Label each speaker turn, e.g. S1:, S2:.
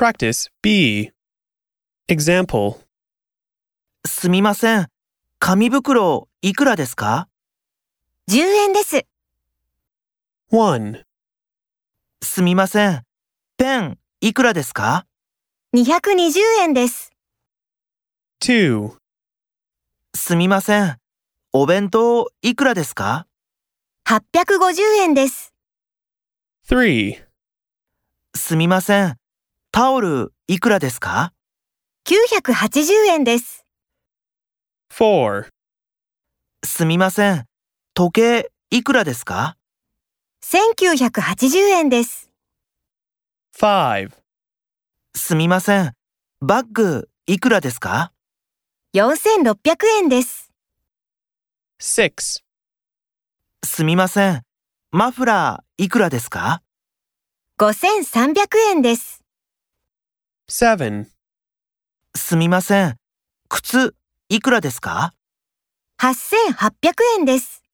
S1: Practice B. Example
S2: すみません。紙袋、いくらですか
S3: 10円です。
S1: 1,
S2: すみません。ペン、いくらですか
S3: 220円です。
S1: 2,
S2: すみません。お弁当、いくらですか
S3: 850円です。
S1: 3,
S2: すみません。タオル、いくらですか
S3: 980円です。
S1: 4,
S2: すみません。時計、いくらですか
S3: 1980円です。
S1: 5,
S2: すみません。バッグ、いくらですか
S3: 4600円です。
S1: 6,
S2: すみません。マフラー、いくらですか
S3: 5300円です。
S1: 7,
S2: すみません。靴、いくらですか
S3: 8800円です。